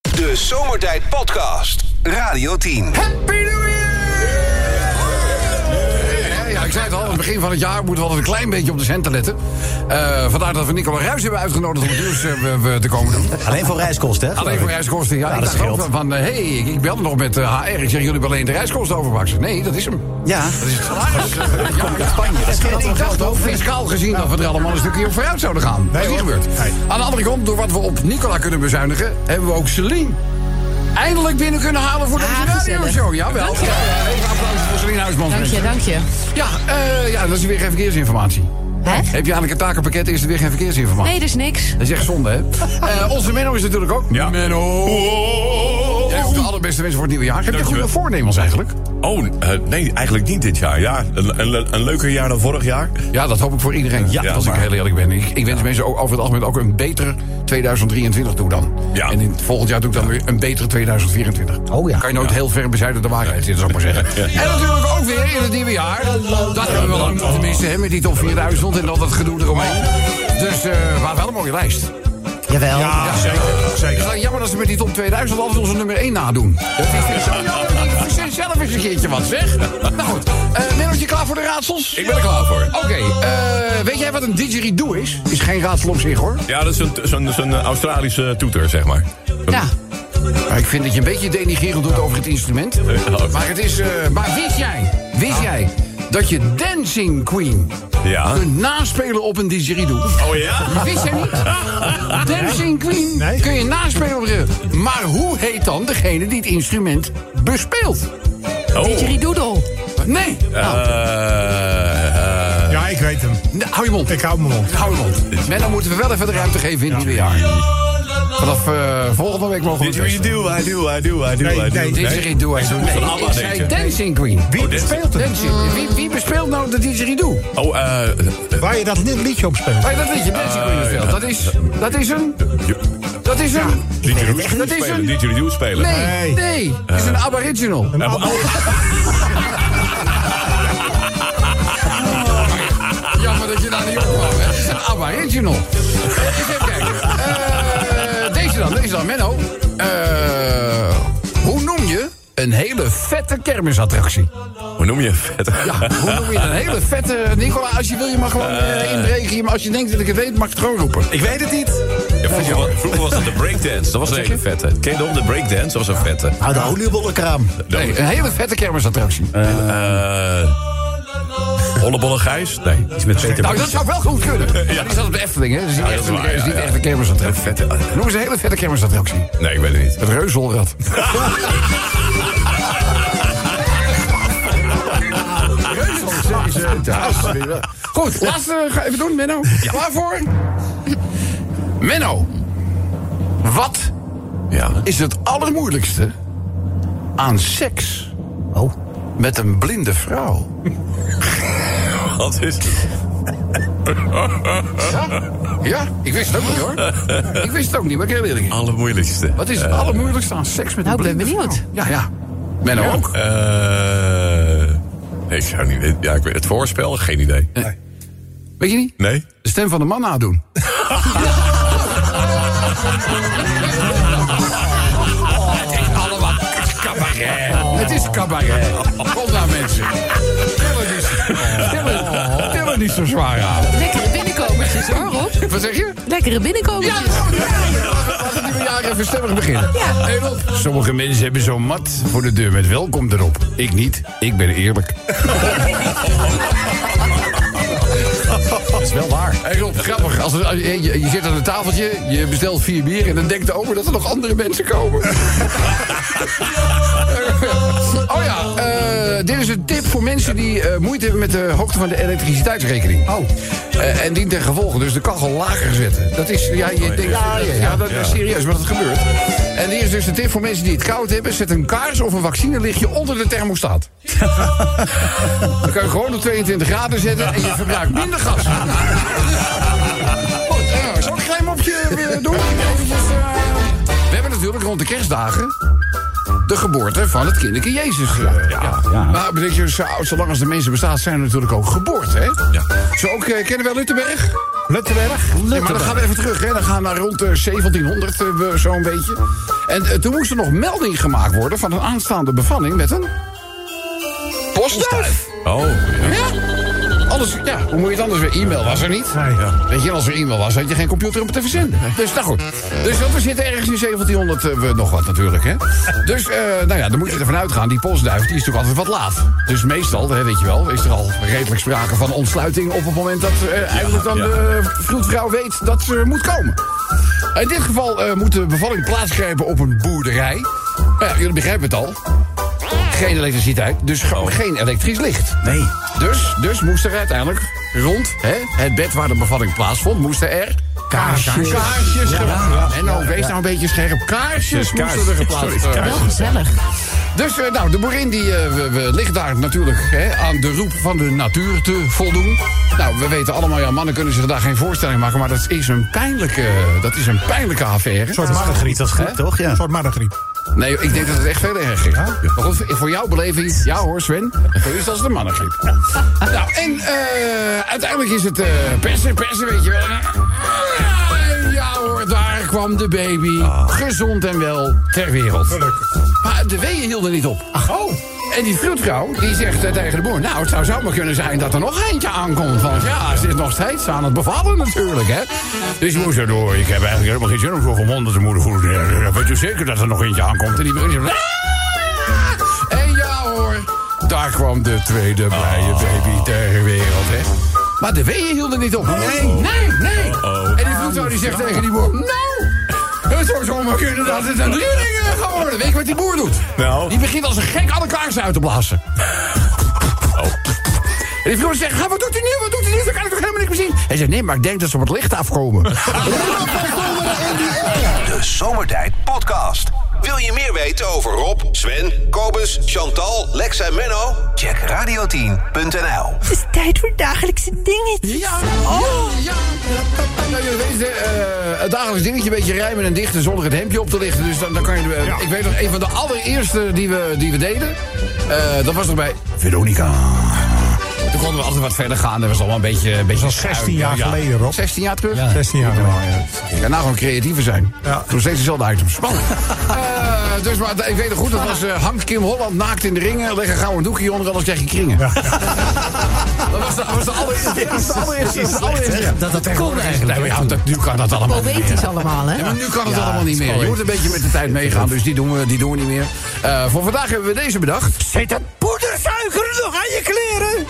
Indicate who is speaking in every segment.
Speaker 1: De Zomertijd Podcast. Radio 10.
Speaker 2: Happy New Year! Ja, ik zei het al, aan het begin van het jaar moeten we altijd een klein beetje op de centen letten. Eh, vandaar dat we Nicola Ruijs hebben uitgenodigd om het nieuws eh, we- we te komen doen.
Speaker 3: Alleen voor reiskosten, hè?
Speaker 2: Alleen voor reiskosten. Ja,
Speaker 3: Ja,
Speaker 2: ik
Speaker 3: dat
Speaker 2: dacht ook
Speaker 3: scheelt.
Speaker 2: wel van, hé, hey, ik, ik belde nog met eh, HR. Ik zeg, jullie hebben alleen de reiskosten overgepakt. Ik zeg, Nee, dat is hem.
Speaker 3: Ja.
Speaker 2: Dat is het salaris. Eh, Ja, ja.
Speaker 3: Spanje, dat scheelt wel
Speaker 2: Ik dacht
Speaker 3: geld
Speaker 2: ook,
Speaker 3: over.
Speaker 2: fiscaal gezien, dat we er allemaal een stukje op vooruit zouden gaan. Dat is niet
Speaker 4: hoor.
Speaker 2: gebeurd.
Speaker 4: Nee.
Speaker 2: Aan de andere kant, door wat we op Nicola kunnen bezuinigen... hebben we ook Celine eindelijk binnen kunnen halen voor
Speaker 5: Ah,
Speaker 2: deze radio
Speaker 5: gezellig.
Speaker 2: show. Jawel. Ja, ja, Even applaus voor Celine Huismans.
Speaker 5: Dank je,
Speaker 2: mensen.
Speaker 5: dank je.
Speaker 2: Ja, eh, ja, dat is weer geen verkeersinformatie.
Speaker 5: Hè?
Speaker 2: Heb je eigenlijk een takenpakket, is er weer geen verkeersinformatie.
Speaker 5: Nee, dus niks.
Speaker 2: Dat is echt zonde, hè? Eh, onze Menno is natuurlijk ook.
Speaker 4: Ja.
Speaker 2: Menno. Jij hebt de allerbeste wensen voor het nieuwe jaar. Heb je
Speaker 4: Dankjewel.
Speaker 2: goede voornemens eigenlijk?
Speaker 4: Oh, eh, nee, eigenlijk niet dit jaar. Ja, een, een, le- een leuker jaar dan vorig jaar.
Speaker 2: Ja, dat hoop ik voor iedereen.
Speaker 4: Ja,
Speaker 2: als ik
Speaker 4: maar-
Speaker 2: heel eerlijk ben. Ik, ik wens mensen ook over het algemeen ook een beter 2023 toe dan.
Speaker 4: Ja.
Speaker 2: En in het volgend jaar doe ik dan weer een beter 2024.
Speaker 3: Oh ja.
Speaker 2: Kan je nooit heel ver bezijden de waarheid zitten, zou ik maar zeggen. En natuurlijk ook weer in het nieuwe jaar. Dat hebben we lang, tenminste, hè, met die top 4000 en al dat gedoe eromheen. Dus eh maar wel een mooie lijst.
Speaker 3: Jawel.
Speaker 4: zeker.
Speaker 2: Het is
Speaker 4: zeker.
Speaker 2: wel jammer dat ze met die top 2000 altijd onze nummer 1 nadoen. Dat vind ik zo jammer. Ik verzin zelf eens een keertje wat, zeg. Nou goed. Eh Mennootje, klaar voor de raadsels?
Speaker 4: Ik ben er klaar voor.
Speaker 2: Oké, eh, weet jij wat een didgeridoo is? Is geen raadsel op zich, hoor.
Speaker 4: Ja, dat is een, zo'n, zo'n eh, Australische toeter, zeg maar.
Speaker 5: Ja.
Speaker 2: Maar Nou, ik vind dat je een beetje denigrerend doet over het instrument. Maar het is... eh, maar wist jij, wist jij dat je Dancing Queen
Speaker 4: Ja.
Speaker 2: kunt naspelen op een didgeridoo?
Speaker 4: Oh ja?
Speaker 2: Wist jij niet? Dancing Queen kun je naspelen op een... Maar hoe heet dan degene die het instrument bespeelt?
Speaker 4: Oh.
Speaker 5: Didgeridoodle.
Speaker 2: Nee. Nou,
Speaker 4: Eh, eh,
Speaker 6: Ja, ik weet hem.
Speaker 2: nou, hou je mond.
Speaker 6: Ik hou mijn mond.
Speaker 2: Hou je mond. Maar dan moeten we wel even de ruimte geven in het nieuwe jaar. Vanaf eh, volgende week mogen we het testen.
Speaker 4: Didgeridoo, I do, I do, I do, I do.
Speaker 6: nee,
Speaker 2: Dit is Ridou. Nee,
Speaker 4: moet van ABBA
Speaker 2: ik zei
Speaker 4: denken.
Speaker 2: Dancing Queen.
Speaker 6: Wie
Speaker 4: Oh, dit-
Speaker 6: speelt het?
Speaker 2: Dancing. Wie, wie bespeelt nou de didgeridoo?
Speaker 4: Oh, eh... eh,
Speaker 6: Waar je dat li- liedje op speelt.
Speaker 2: Hey, dat weet je, Dancing Queen bespeelt. Dat is, dat is een... Dat is een...
Speaker 4: Didgeridoo
Speaker 2: echt niet.
Speaker 4: spelen, didgeridoo spelen.
Speaker 2: Nee,
Speaker 6: Nee.
Speaker 2: nee. Het is een aboriginal.
Speaker 4: Eh, maar- oh,
Speaker 2: Jammer dat je daar niet op kwam. hè. Het is een aboriginal. Eens even kijken. Eh, deze dan, deze dan, Menno. Eh, hoe noem je een hele vette kermisattractie?
Speaker 4: Hoe noem je het?
Speaker 2: Ja, hoe noem je een hele vette... Nicola, als je wil, je mag gewoon eh, inbreken. Je- Als je denkt dat ik het weet, mag ik het gewoon roepen.
Speaker 4: Ik weet het niet. vroeger, wa- vroeger was het de breakdance. Dat was een hele vette. Ken je dat om de breakdance? Dat was een vette.
Speaker 3: Hou de oliebollenkraam.
Speaker 2: Nee, een hele vette kermisattractie.
Speaker 4: Eh Hollebolle Gijs? Nee. Iets met Peter
Speaker 2: nou, dat zou wel goed kunnen. Maar Die zat op de Efteling, hè? Dat is niet
Speaker 4: Ja, dat
Speaker 2: echt
Speaker 4: is
Speaker 2: een-
Speaker 4: waar,
Speaker 2: dat is
Speaker 4: ja,
Speaker 2: niet
Speaker 4: ja.
Speaker 2: echt een kermisattractie.
Speaker 4: Vette.
Speaker 2: Noem eens een hele vette kermisattractie.
Speaker 4: Nee, ik weet het niet.
Speaker 2: Het reuzelrad. Goed, laatste ga even doen, Menno. Klaar voor? Menno, wat
Speaker 4: Ja.
Speaker 2: is het allermoeilijkste aan seks
Speaker 3: Oh.
Speaker 2: met een blinde vrouw?
Speaker 4: Wat is het?
Speaker 2: Ja, ik wist het ook niet hoor. Ik wist het ook niet, maar ik heel eerlijk. is.
Speaker 4: allermoeilijkste?
Speaker 2: Wat is het allermoeilijkste aan seks met een
Speaker 5: Nou, ik ben
Speaker 2: blinde vrouw?
Speaker 5: benieuwd.
Speaker 2: Ja, ja. Menno ook.
Speaker 4: Eh, nee, ik zou niet weten. Ja, ik weet het voorspel? Geen idee.
Speaker 2: Weet je niet?
Speaker 4: Nee?
Speaker 2: De stem van de man nadoen. Het is allemaal cabaret. Het is cabaret. Kom nou, mensen. Stel het niet- stel het- Stel het niet zo zwaar aan.
Speaker 5: Lekkere binnenkomertjes hoor, Rob.
Speaker 2: Wat zeg je?
Speaker 5: Lekkere
Speaker 2: Ja,
Speaker 5: binnenkomertjes.
Speaker 2: nou, ja, ja. Laten we het nieuwe jaar even stemmig beginnen.
Speaker 5: Ja.
Speaker 2: Hey, Rob. Sommige mensen hebben zo'n mat voor de deur met welkom erop. Ik niet. Ik ben eerlijk.
Speaker 3: Dat is wel waar.
Speaker 2: Hey Rob, grappig. Als, er- als je, je, je zit aan een tafeltje, je bestelt vier bier... en dan denkt de over dat er nog andere mensen komen. oh ja, eh, dit is een tip voor mensen die eh, moeite hebben... met de hoogte van de elektriciteitsrekening. Oh. en dien ten gevolge dus de kachel lager zetten. Dat is, ja, je denkt, ja, ja, ja, dat is serieus, maar dat gebeurt. En hier is dus een tip voor mensen die het koud hebben. Zet een kaars of een vaccinelichtje onder de thermostaat. Dan kan je gewoon op 22 graden zetten en je verbruikt minder gas. Goed, eh, Zal ik een klein mopje weer doen? Eventjes, eh, We hebben natuurlijk rond de kerstdagen de geboorte van het kinderke Jezus. eh, ja. Maar bedenk je, zo- zolang als de mensen bestaat, zijn er natuurlijk ook geboorten. Hè?
Speaker 4: Ja.
Speaker 2: Zo ook, eh, kennen we Luttenberg?
Speaker 6: Luttenberg.
Speaker 2: Ja, maar dan gaan we even terug, hè. Dan gaan we naar rond eh, 1700 eh, we- zo'n beetje. En eh, toen moest er nog melding gemaakt worden van een aanstaande bevalling met een. postduif.
Speaker 4: Oh, ja.
Speaker 2: Ja. Alles, ja, hoe moet je het anders weer? E-mail was er niet.
Speaker 6: Nee, ja.
Speaker 2: Weet je, en als er e-mail was, had je geen computer om het te verzenden. Dus nou goed. Dus dat, we zitten ergens in 1700 eh, we, nog wat natuurlijk, hè. Dus, eh, nou ja, dan moet je ervan uitgaan. Die postduif, die is natuurlijk altijd wat laat. Dus meestal, hè, weet je wel, is er al redelijk sprake van ontsluiting... op het moment dat eh, eigenlijk dan
Speaker 4: ja.
Speaker 2: de vroedvrouw weet dat ze moet komen. In dit geval eh, moet de bevalling plaatsgrijpen op een boerderij. Nou ja, jullie begrijpen het al. Geen elektriciteit, dus gewoon geen elektrisch licht.
Speaker 3: Nee.
Speaker 2: Dus, dus moest er uiteindelijk rond hè, het bed waar de bevalling plaatsvond, moesten er kaarsjes. Kaarsjes gedaan. En nou, wees nou een beetje scherp. Dus Kaarsjes, moesten er geplaatst worden.
Speaker 5: Wel gezellig.
Speaker 2: Dus eh, nou, de boerin die, eh, we- we ligt daar natuurlijk hè, aan de roep van de natuur te voldoen. Nou, we weten allemaal, ja, mannen kunnen zich daar geen voorstelling maken... maar dat is een pijnlijke, dat is een pijnlijke affaire.
Speaker 6: Een soort margriet. Dat is goed,
Speaker 3: toch? Ja.
Speaker 6: Een soort margriet.
Speaker 2: Nee, ik denk dat het echt veel erger is. Maar goed, voor jouw beleving, ja hoor Sven, voor u is dat de mannengriep. nou, en eh, uiteindelijk is het eh, persen, persen, weet je wel. En, eh, Ja hoor, daar kwam de baby, gezond en wel, ter wereld. Maar de weeën hielden niet op. oh. En die vroedvrouw, die zegt eh, tegen de boer... nou, het zou zomaar kunnen zijn dat er nog eentje aankomt. Want ja, ze is nog steeds aan het bevallen natuurlijk, hè. Dus die moeder zegt, oh, ik heb eigenlijk helemaal geen zin om zo'n gemonderde moeder goed te hebben. Weet je zeker dat er nog eentje aankomt? En die moeder zegt... "Ah!" En ja hoor, daar kwam de tweede blije baby ter wereld, hè. Maar de weeën hielden niet op. Nee, nee, nee. En die vroedvrouw die zegt tegen die boer... nou, het zou zomaar kunnen dat het een drieling eh, gaat worden. Weet je wat die boer doet?
Speaker 4: Nou.
Speaker 2: Die begint als een gek alle kaarsen uit te blazen. Oh. En die vrouw zegt, "Ha, wat doet u nu? Wat doet u nu? Dan kan ik toch helemaal niks meer zien. Hij zegt, nee, maar ik denk dat ze op het licht afkomen.
Speaker 1: De Zomertijd Podcast. Wil je meer weten over Rob, Sven, Kobus, Chantal, Lex en Menno? Check radio10.nl.
Speaker 7: Het is tijd voor dagelijkse dingetjes.
Speaker 2: Ja, oh. ja, ja. Nou, jullie weten, eh, het dagelijks dingetje, een beetje rijmen en dichten zonder het hemdje op te lichten. Dus dan, dan kan je... eh, Ik weet nog, een van de allereerste die we, die we deden, eh, dat was nog bij Veronica. Toen konden we altijd wat verder gaan. Dat was allemaal een beetje... Een beetje
Speaker 6: Dat was 16
Speaker 2: schuin,
Speaker 6: jaar
Speaker 2: ja.
Speaker 6: geleden, Rob.
Speaker 2: 16 jaar terug?
Speaker 6: 16 jaar geleden.
Speaker 2: Ik kan nou gewoon creatiever zijn.
Speaker 6: Ja.
Speaker 2: Nog steeds dezelfde items. Spannend. Eh, dus maar, ik weet het goed, dat was eh Hank Kim Holland naakt in de ringen. Leg een gouden doekje onder, anders krijg je kringen. Dat was de, was de allereerste. dat was de allereerste. dat was de allereerste.
Speaker 3: Dat dat
Speaker 2: Kon eigenlijk. Nee, maar ja, dat- nu kan dat allemaal niet meer.
Speaker 5: Poëtisch allemaal,
Speaker 2: Ja,
Speaker 5: hè?
Speaker 2: maar nu kan het allemaal niet meer. Je moet een beetje met de tijd meegaan, dus die doen we, die doen we niet meer. Eh, voor vandaag hebben we deze bedacht.
Speaker 3: Zit dat poedersuiker nog aan je kleren?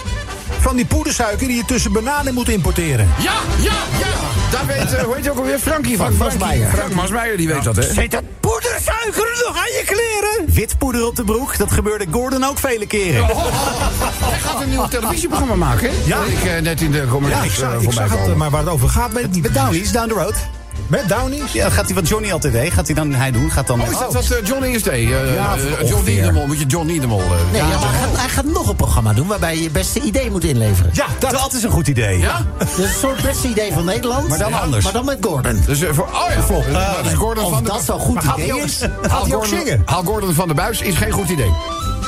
Speaker 6: Van die poedersuiker die je tussen bananen moet importeren.
Speaker 2: Ja, ja, ja! Daar weet, eh, hoe heet je ook alweer? Frankie van.
Speaker 6: Frank Masmeijer.
Speaker 2: Frank Masmeijer, die weet dat, hè?
Speaker 3: Zit dat poedersuiker nog aan je kleren? Wit poeder op de broek, dat gebeurde Gordon ook vele keren.
Speaker 2: Hij gaat een nieuw televisieprogramma maken, hè?
Speaker 6: Ja.
Speaker 2: Dat Ik eh, net in de commercie
Speaker 6: Ja, ik zag, ik zag het, eh, maar waar het over gaat weet ik niet.
Speaker 3: Met Downies, down the road.
Speaker 6: Met Downies?
Speaker 3: Ja, dat gaat hij van Johnny LTD, gaat hij dan hij doen, gaat dan...
Speaker 2: Oh, is dat wat eh, John Innes deed? Eh,
Speaker 6: Ja,
Speaker 2: eh, John
Speaker 6: ongeveer.
Speaker 2: Niedemol, moet je John Niedemol... eh,
Speaker 8: Nee, ja, maar hij, gaat, hij gaat nog een programma doen waarbij je je beste idee moet
Speaker 3: Oh.
Speaker 8: inleveren.
Speaker 6: Ja, dat, is een goed idee.
Speaker 2: Ja?
Speaker 8: Dus een soort beste idee van Nederland.
Speaker 3: Maar dan anders.
Speaker 8: Maar dan met Gordon.
Speaker 2: Dus eh, voor... Oh ja, klopt. dat is Gordon
Speaker 8: Of
Speaker 2: van de-
Speaker 8: dat zo'n goed
Speaker 6: Gaat
Speaker 8: idee
Speaker 6: hij ook,
Speaker 8: is.
Speaker 6: gaat hij ook zingen?
Speaker 2: Haal Gordon van de Buis is geen goed idee.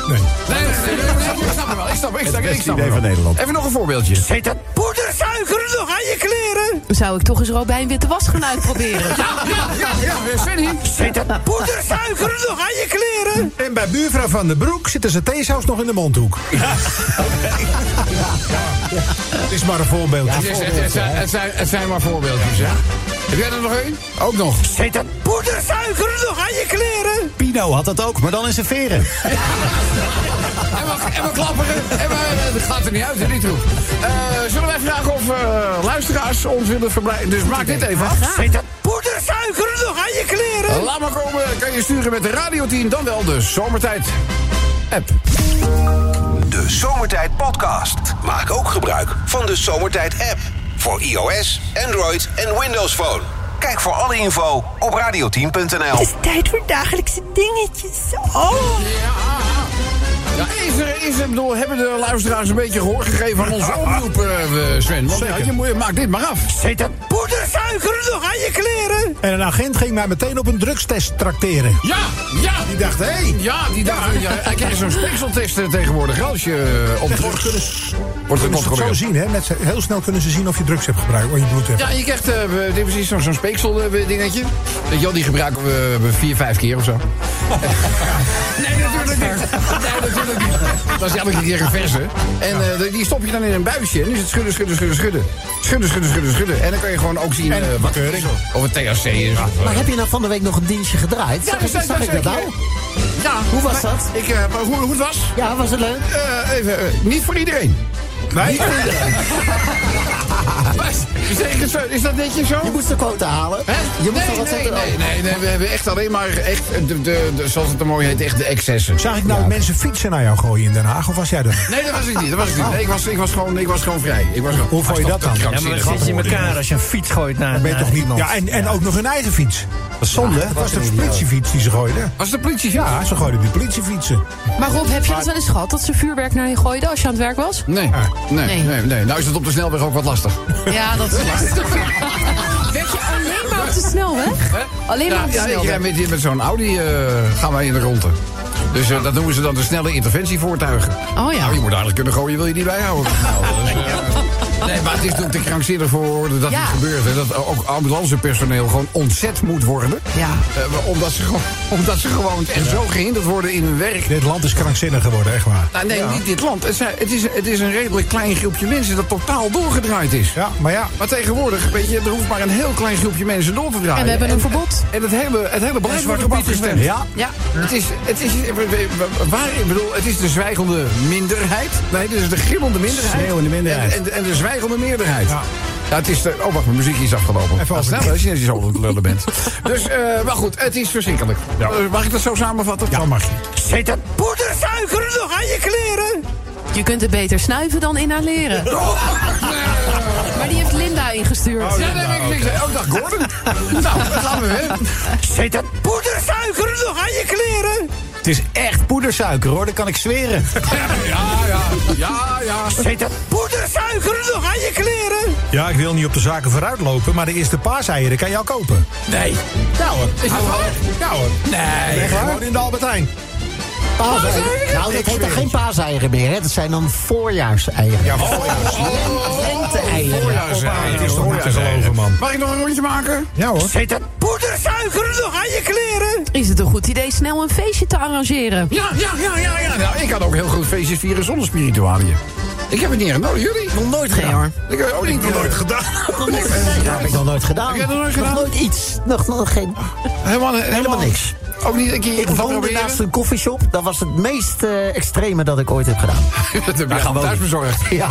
Speaker 6: Nee.
Speaker 2: Nee, nee, nee, nee, nee, nee, ik snap hem wel. Ik snap hem, ik snap hem, ik
Speaker 6: beste
Speaker 2: snap
Speaker 6: idee
Speaker 2: hem
Speaker 6: van
Speaker 2: wel.
Speaker 6: Nederland.
Speaker 2: Even nog een voorbeeldje.
Speaker 3: Zit dat poedersuiker nog aan je kleren?
Speaker 5: Zou ik toch eens Robijn Witte Was gaan uitproberen?
Speaker 2: Ah, Ja, ja, ja, Sven hier.
Speaker 3: Zit dat poedersuiker nog aan je kleren?
Speaker 6: En bij buurvrouw Van den Broek zitten ze theesaus nog in de mondhoek. Ja. Het is maar een voorbeeldje.
Speaker 2: Het is- het- het zijn- Het zijn- het zijn maar voorbeeldjes, hè? Heb jij er nog één? Ook nog.
Speaker 3: Zit dat poedersuiker nog aan je kleren? Pino had dat ook, maar dan in zijn veren.
Speaker 2: En we, en we klapperen. En we, het gaat er niet uit, hè, die troep. Eh, zullen wij vragen of eh, luisteraars ons willen verblijven? Dus maak dit even af.
Speaker 3: Zit dat poedersuiker nog aan je kleren?
Speaker 2: Laat maar komen, kan je sturen met de radioteam, dan wel de zomertijd. App.
Speaker 1: De Zomertijd Podcast. Maak ook gebruik van de Zomertijd app. Voor iOS, Android en Windows Phone. Kijk voor alle info op radioteam.nl.
Speaker 7: Het is tijd voor dagelijkse dingetjes. Oh,
Speaker 2: Ja. Ja, is er, is er, ik bedoel, hebben de luisteraars een beetje gehoor gegeven aan onze oproep, eh, eh, Sven? Want ja, je moet, maak dit maar af.
Speaker 3: Zit het poedersuiker nog aan je kleren?
Speaker 6: En een agent ging mij meteen op een drugstest trakteren.
Speaker 2: Ja, ja!
Speaker 6: Die dacht, hé, hey,
Speaker 2: Ja, die dacht, ja. hij kreeg zo'n speekseltest eh, tegenwoordig. Als je eh, op
Speaker 6: dat
Speaker 2: drugs
Speaker 6: kunnen ze,
Speaker 2: wordt
Speaker 6: kunnen ze het zo
Speaker 2: gecontroleerd.
Speaker 6: zien, hè? Met, ze- heel snel kunnen ze zien of je drugs hebt gebruikt, of je bloed hebt.
Speaker 2: Ja, je krijgt eh, we- dit is precies zo'n zo'n speeksel eh, dingetje. Weet je wel, die gebruiken we eh, vier, vijf keer of zo. nee, natuurlijk niet. Nee, natuurlijk niet. Dat is elke keer een verse. En eh, die stop je dan in een buisje. En nu is het schudden, schudden, schudden, schudden. Schudden, schudden, schudden, schudden. En dan kan je gewoon ook zien eh, wat er is. Of het THC is. of, eh,
Speaker 8: Maar heb je nou van de week nog een dienstje gedraaid?
Speaker 2: Ja,
Speaker 8: Zag
Speaker 2: dat
Speaker 8: ik-
Speaker 2: zei-
Speaker 8: zag
Speaker 2: dat
Speaker 8: ik
Speaker 2: zei
Speaker 8: dat
Speaker 2: ik,
Speaker 8: nou?
Speaker 2: ja,
Speaker 8: Hoe was
Speaker 2: maar-
Speaker 8: dat?
Speaker 2: Ik, eh, maar hoe, hoe het was?
Speaker 8: Ja, was het leuk?
Speaker 2: Eh, even, eh, niet voor iedereen. Nee? Is dat netjes zo?
Speaker 8: Je moest de quota halen.
Speaker 2: Hè?
Speaker 8: Je
Speaker 2: nee,
Speaker 8: moest wel wat
Speaker 2: nee,
Speaker 8: zetten. Oh.
Speaker 2: nee, nee, nee, we hebben echt alleen maar, echt, de, de, de, zoals het er mooi heet, echt de excessen.
Speaker 6: Zag ik nou mensen fietsen naar jou gooien in Den Haag, of was jij dat?
Speaker 2: Nee, dat was ik niet. Dat was ik niet. Nee, ik, was, ik, was gewoon, ik was gewoon vrij. Ik was,
Speaker 6: Hoe vond je dat dan?
Speaker 9: Ja, maar dan zit je in elkaar als je een fiets gooit naar,
Speaker 6: Ben je
Speaker 9: naar
Speaker 6: toch niet...
Speaker 9: iemand.
Speaker 6: Ja, en, en ook nog hun eigen fiets. Zonde, het was de politiefiets die ze gooiden.
Speaker 2: Was de politie? Ja.
Speaker 6: Ja, ze gooiden die politiefietsen.
Speaker 5: Maar Rob, heb je dat wel eens gehad dat ze vuurwerk naar je gooiden als je aan het werk was?
Speaker 2: Nee,
Speaker 6: Ah.
Speaker 2: nee,
Speaker 5: Nee.
Speaker 2: nee, nee. Nou is het op de snelweg ook wat lastig.
Speaker 5: Ja, dat is lastig. Werd je alleen maar op de snelweg? Alleen maar
Speaker 2: Ja,
Speaker 5: op de
Speaker 2: ja, ik rij
Speaker 5: snelweg.
Speaker 2: met, die- met zo'n Audi eh, gaan wij in de ronde. Dus eh, dat noemen ze dan de snelle interventievoertuigen.
Speaker 5: Oh ja.
Speaker 2: Nou, je moet aardig kunnen gooien, wil je die bijhouden? Nou, dat is, eh, nee, maar het is natuurlijk te krankzinnig voor woorden dat
Speaker 5: Ja.
Speaker 2: het gebeurt. Hè, dat ook ambulancepersoneel gewoon ontzet moet worden.
Speaker 5: Ja.
Speaker 2: Eh, omdat, ze gewoon, omdat ze gewoon echt zo gehinderd worden in hun werk.
Speaker 6: Dit land is krankzinnig geworden, echt waar.
Speaker 2: Nou, nee, niet dit land. Het, zijn- het, is, het is een redelijk klein groepje mensen dat totaal doorgedraaid is.
Speaker 6: Ja, maar ja,
Speaker 2: Maar tegenwoordig, weet je, er hoeft maar een heel klein groepje mensen door te draaien.
Speaker 5: En we hebben een verbod.
Speaker 2: En het hele, het hele beleid wordt erop afgestemd.
Speaker 6: Ja.
Speaker 5: Ja.
Speaker 2: Het is, het is, waar, ik bedoel, het is de zwijgende minderheid. Nee, het is de gillende minderheid.
Speaker 6: Schreeuwende minderheid.
Speaker 2: En, en, en de zwijgende meerderheid.
Speaker 6: Ja.
Speaker 2: Ja, het is de, oh, wacht, mijn muziekje is afgelopen.
Speaker 6: Even
Speaker 2: Al
Speaker 6: over-
Speaker 2: snel, als je zo aan het lullen bent. Dus, eh, maar goed, het is verschrikkelijk. Eh, mag ik dat zo samenvatten?
Speaker 6: ja, mag je.
Speaker 3: Zit het poedersuiker nog aan je kleren?
Speaker 5: Je kunt het beter snuiven dan inhaleren. Maar die heeft Linda ingestuurd.
Speaker 2: Ja, nee, nee, ik niks. Oh, Oh, dag Gordon. nou, dat gaan we weer.
Speaker 3: Zit het poedersuiker nog aan je kleren?
Speaker 9: Het is echt poedersuiker hoor, dat kan ik zweren.
Speaker 2: Ja, ja, ja, ja.
Speaker 3: Zit het poedersuiker nog aan je kleren?
Speaker 6: Ja, ik wil niet op de zaken vooruitlopen, maar de eerste paaseieren kan je al kopen.
Speaker 9: Nee.
Speaker 6: Ja hoor. Is dat waar? Ja hoor.
Speaker 9: Nee.
Speaker 6: Echt gewoon in de Albert Heijn.
Speaker 8: Paaseieren? Nou, dat heet dan geen paaseieren meer, hè? Dat zijn dan voorjaarseieren. Ja, Lente-eieren.
Speaker 2: Oh,
Speaker 6: Het is toch niet te geloven, man.
Speaker 2: Mag ik nog een rondje maken?
Speaker 6: Ja hoor.
Speaker 3: Zit het poedersuiker nog aan je kleren?
Speaker 5: Is het een goed idee snel een feestje te arrangeren?
Speaker 2: Ja, ja, ja, ja, ja. Nou, ik had ook heel goed feestjes vieren zonder spiritualiën. Ik heb het niet gedaan. Jullie?
Speaker 5: Nog nooit geen hoor.
Speaker 2: Ik heb het ook niet nooit gedaan.
Speaker 8: Dat heb ik nog nooit gedaan.
Speaker 2: Heb jij dat nooit gedaan?
Speaker 8: Nog nooit iets. Nog, nog geen...
Speaker 2: Helemaal, helemaal,
Speaker 8: niks.
Speaker 2: Ook niet een keer
Speaker 8: Ik woonde
Speaker 2: proberen?
Speaker 8: naast een koffieshop. Dat was het meest eh, extreme dat ik ooit heb gedaan.
Speaker 2: Dat heb je
Speaker 9: gaan we
Speaker 2: thuis
Speaker 9: ook.
Speaker 2: bezorgd. Ja.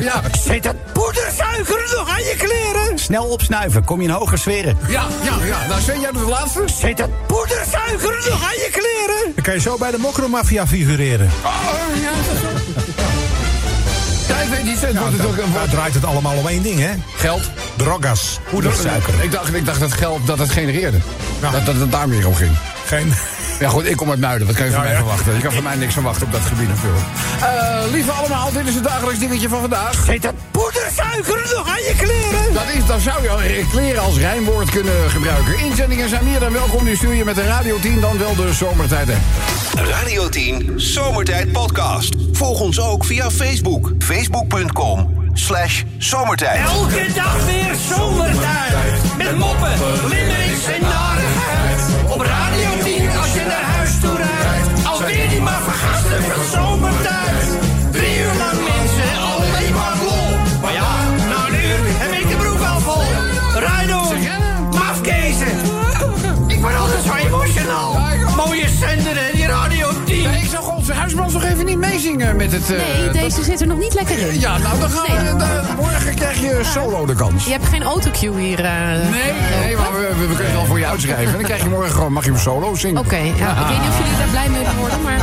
Speaker 2: ja.
Speaker 3: Zit het poedersuiker nog aan je kleren?
Speaker 9: Snel opsnuiven, kom je in hoger sferen.
Speaker 2: Ja, ja, ja. Nou, Sven, jij doet de laatste?
Speaker 3: Zit het poedersuiker nog aan je kleren?
Speaker 6: Dan kan je zo bij de mokromafia figureren.
Speaker 2: Oh, ja. Ja, ik weet niet, Sven, wordt het ook een
Speaker 6: Daar
Speaker 2: woord.
Speaker 6: Nou, draait het allemaal om één ding, hè?
Speaker 2: Geld.
Speaker 6: Drogas.
Speaker 2: Ik dacht, ik dacht dat geld dat het genereerde. Dat, dat het daar meer om ging.
Speaker 6: Geen...
Speaker 2: Ja goed, ik kom uit Muiden, wat kan je van mij
Speaker 6: ja.
Speaker 2: verwachten? Je kan van mij niks verwachten op dat gebied natuurlijk. Eh, lieve allemaal, dit is het dagelijks dingetje van vandaag.
Speaker 3: Zit het poedersuiker nog aan je kleren?
Speaker 2: Dat is, dan zou je al eh, kleren als rijmwoord kunnen gebruiken. Inzendingen zijn meer dan welkom, die stuur je met de radioteam dan wel de zomertijd. hè.
Speaker 1: Radio 10 Zomertijd Podcast. Volg ons ook via Facebook. Facebook.com slash zomertijd.
Speaker 10: Elke dag weer zomertijd. Met moppen, limmerings en narigheid. Op Radio 10 als je naar huis toe rijdt. Alweer die maar vergastige zomertijd. Drie uur lang mensen, alleen maar lol. Maar ja, na een uur heb ik de broek al vol. Rijdon, mafkezen. Ik word altijd zo emotional. Mooie zender en die Radio 10.
Speaker 2: Nee, ik zag onze huisman nog even niet meezingen met het... eh,
Speaker 5: Nee, deze zit er nog niet lekker in.
Speaker 2: Ja, nou, dan gaan we...
Speaker 5: Nee.
Speaker 2: dan- morgen krijg je solo de kans.
Speaker 5: Je hebt geen autocue hier. eh.
Speaker 2: Nee, nee, maar we, we- we kunnen het wel voor je uitschrijven. En dan krijg je morgen gewoon, mag je hem solo zingen.
Speaker 5: Oké, ja, ik weet niet of jullie daar blij mee worden,
Speaker 2: Eh,
Speaker 5: maar...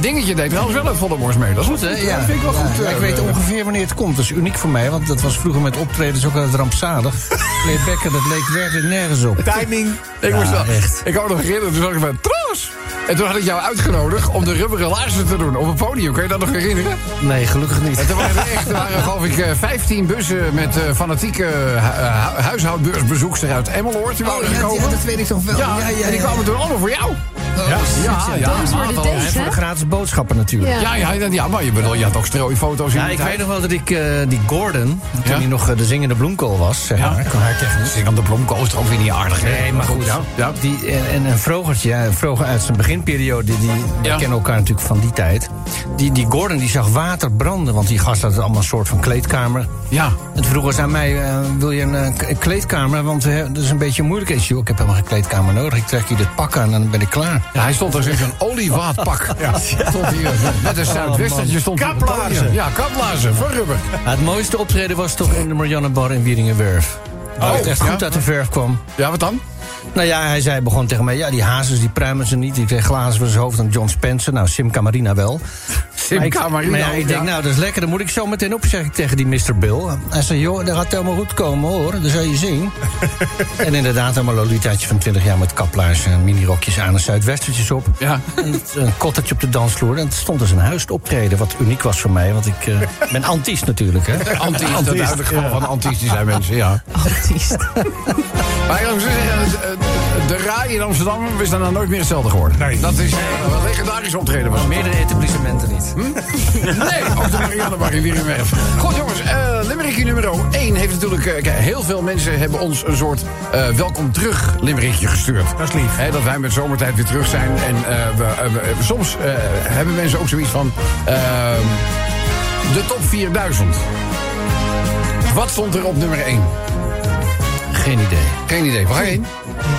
Speaker 2: Dingetje deed trouwens wel een volle borst mee. Dat is goed, hè? Ja, dat vind ik wel goed.
Speaker 11: Ja,
Speaker 2: eh,
Speaker 11: ik weet ongeveer wanneer het komt. Dat is uniek voor mij, want dat was vroeger met optredens ook altijd rampzalig. Playbacken, dat leek werkelijk nergens op.
Speaker 6: Timing.
Speaker 2: Ik moest wel.
Speaker 11: echt.
Speaker 2: Ik had nog herinneren, toen zag ik van. Troos! En toen had ik jou uitgenodigd om de rubberen laarzen te doen op een podium. Kun je dat nog herinneren?
Speaker 11: Nee, gelukkig niet.
Speaker 2: En toen waren er echt, er waren geloof ik, eh, 15 bussen met eh, fanatieke eh, hu- eh, huishoudbeursbezoeksters uit Emmeloord. Oh, Die
Speaker 11: Oh,
Speaker 2: waren
Speaker 12: ja,
Speaker 2: gekomen.
Speaker 12: ja, dat weet ik nog wel.
Speaker 2: Ja, Oh,
Speaker 12: Ja, ja,
Speaker 2: en die
Speaker 12: ja.
Speaker 2: kwamen toen allemaal voor jou.
Speaker 12: Ja, ja, ja.
Speaker 11: Dames worden
Speaker 2: Aantal-
Speaker 11: deze, En voor de hè? gratis boodschappen natuurlijk.
Speaker 2: Ja, ja, ja, ja, maar je, bedoel, je had ook strooifoto's in
Speaker 11: Ja,
Speaker 2: de
Speaker 11: ik
Speaker 2: tijd.
Speaker 11: weet nog wel dat ik eh, die Gordon, toen hij nog eh, de zingende bloemkool was, zeg maar. Kon hij tegen
Speaker 2: Zingende bloemkool is toch ook weer niet aardig, hè?
Speaker 11: Nee, maar goed.
Speaker 2: Ja.
Speaker 11: Nou, Die, en, en een vrogertje, ja, een vroger uit zijn beginperiode, die, die kennen elkaar natuurlijk van die tijd. Die, die Gordon die zag water branden, want die gast had allemaal een soort van kleedkamer.
Speaker 2: Ja.
Speaker 11: En vroeger zei mij, eh, wil je een eh, k- kleedkamer? Want eh, dat is een beetje moeilijk. Ik zei, joh, ik heb helemaal geen kleedkamer nodig. Ik trek hier dit pak aan en dan ben ik klaar.
Speaker 2: Ja, hij stond dus in zo'n oliewaadpak. Ja. Stond hier, eh, met een zuidwestertje stond hij op het podium.
Speaker 11: Kaplaarzen.
Speaker 2: Ja, kaplaarzen, van rubber.
Speaker 11: het mooiste optreden was toch in de Marianne Bar in Wieringenwerf. Waar
Speaker 2: Oh,
Speaker 11: het echt
Speaker 2: ja?
Speaker 11: goed uit de verf kwam.
Speaker 2: Ja, wat dan?
Speaker 11: Nou ja, hij zei, begon tegen mij... ja, die hazes die pruimen ze niet. Die kreeg glazen voor zijn hoofd aan John Spencer. Nou, Sim Camarina wel.
Speaker 2: Sim
Speaker 11: Maar ik-
Speaker 2: Camarina
Speaker 11: maar ja,
Speaker 2: ook,
Speaker 11: ik denk,
Speaker 2: ja.
Speaker 11: nou, dat is lekker. Dan moet ik zo meteen op, zeg ik tegen die Mr. Bill. Hij zei, joh, dat gaat helemaal goed komen, hoor. Dat zal je zien. en inderdaad, allemaal lolitaatje van 20 jaar... met kaplaarzen en minirokjes aan en zuidwestertjes op.
Speaker 2: Ja.
Speaker 11: En het- een kottertje op de dansvloer. En het stond dus een huis te optreden, wat uniek was voor mij. Want ik eh, ben antiest natuurlijk, hè.
Speaker 2: Antiest, dat
Speaker 11: Antiest,
Speaker 2: duidelijk gewoon van antiest die zijn mensen, ja.
Speaker 5: Antiest.
Speaker 2: Maar ik moet zeggen, eh, de RAI in Amsterdam is daarna nooit meer hetzelfde geworden. Dat is eh, een legendarisch optreden was.
Speaker 11: Meerdere etablissementen niet.
Speaker 2: Nee, ook de Mariannebar in Wierenwerf. Goed jongens, eh limerickje nummer 1 heeft natuurlijk... eh, kijk, heel veel mensen hebben ons een soort eh, welkom terug limerickje gestuurd. Dat is lief. dat wij met zomertijd weer terug zijn. En eh, we, eh, we- eh, soms eh, hebben mensen ook zoiets van... ehm, de top 4000. Wat stond er op nummer 1?
Speaker 11: Geen idee.
Speaker 2: Geen idee. Waar ga je heen?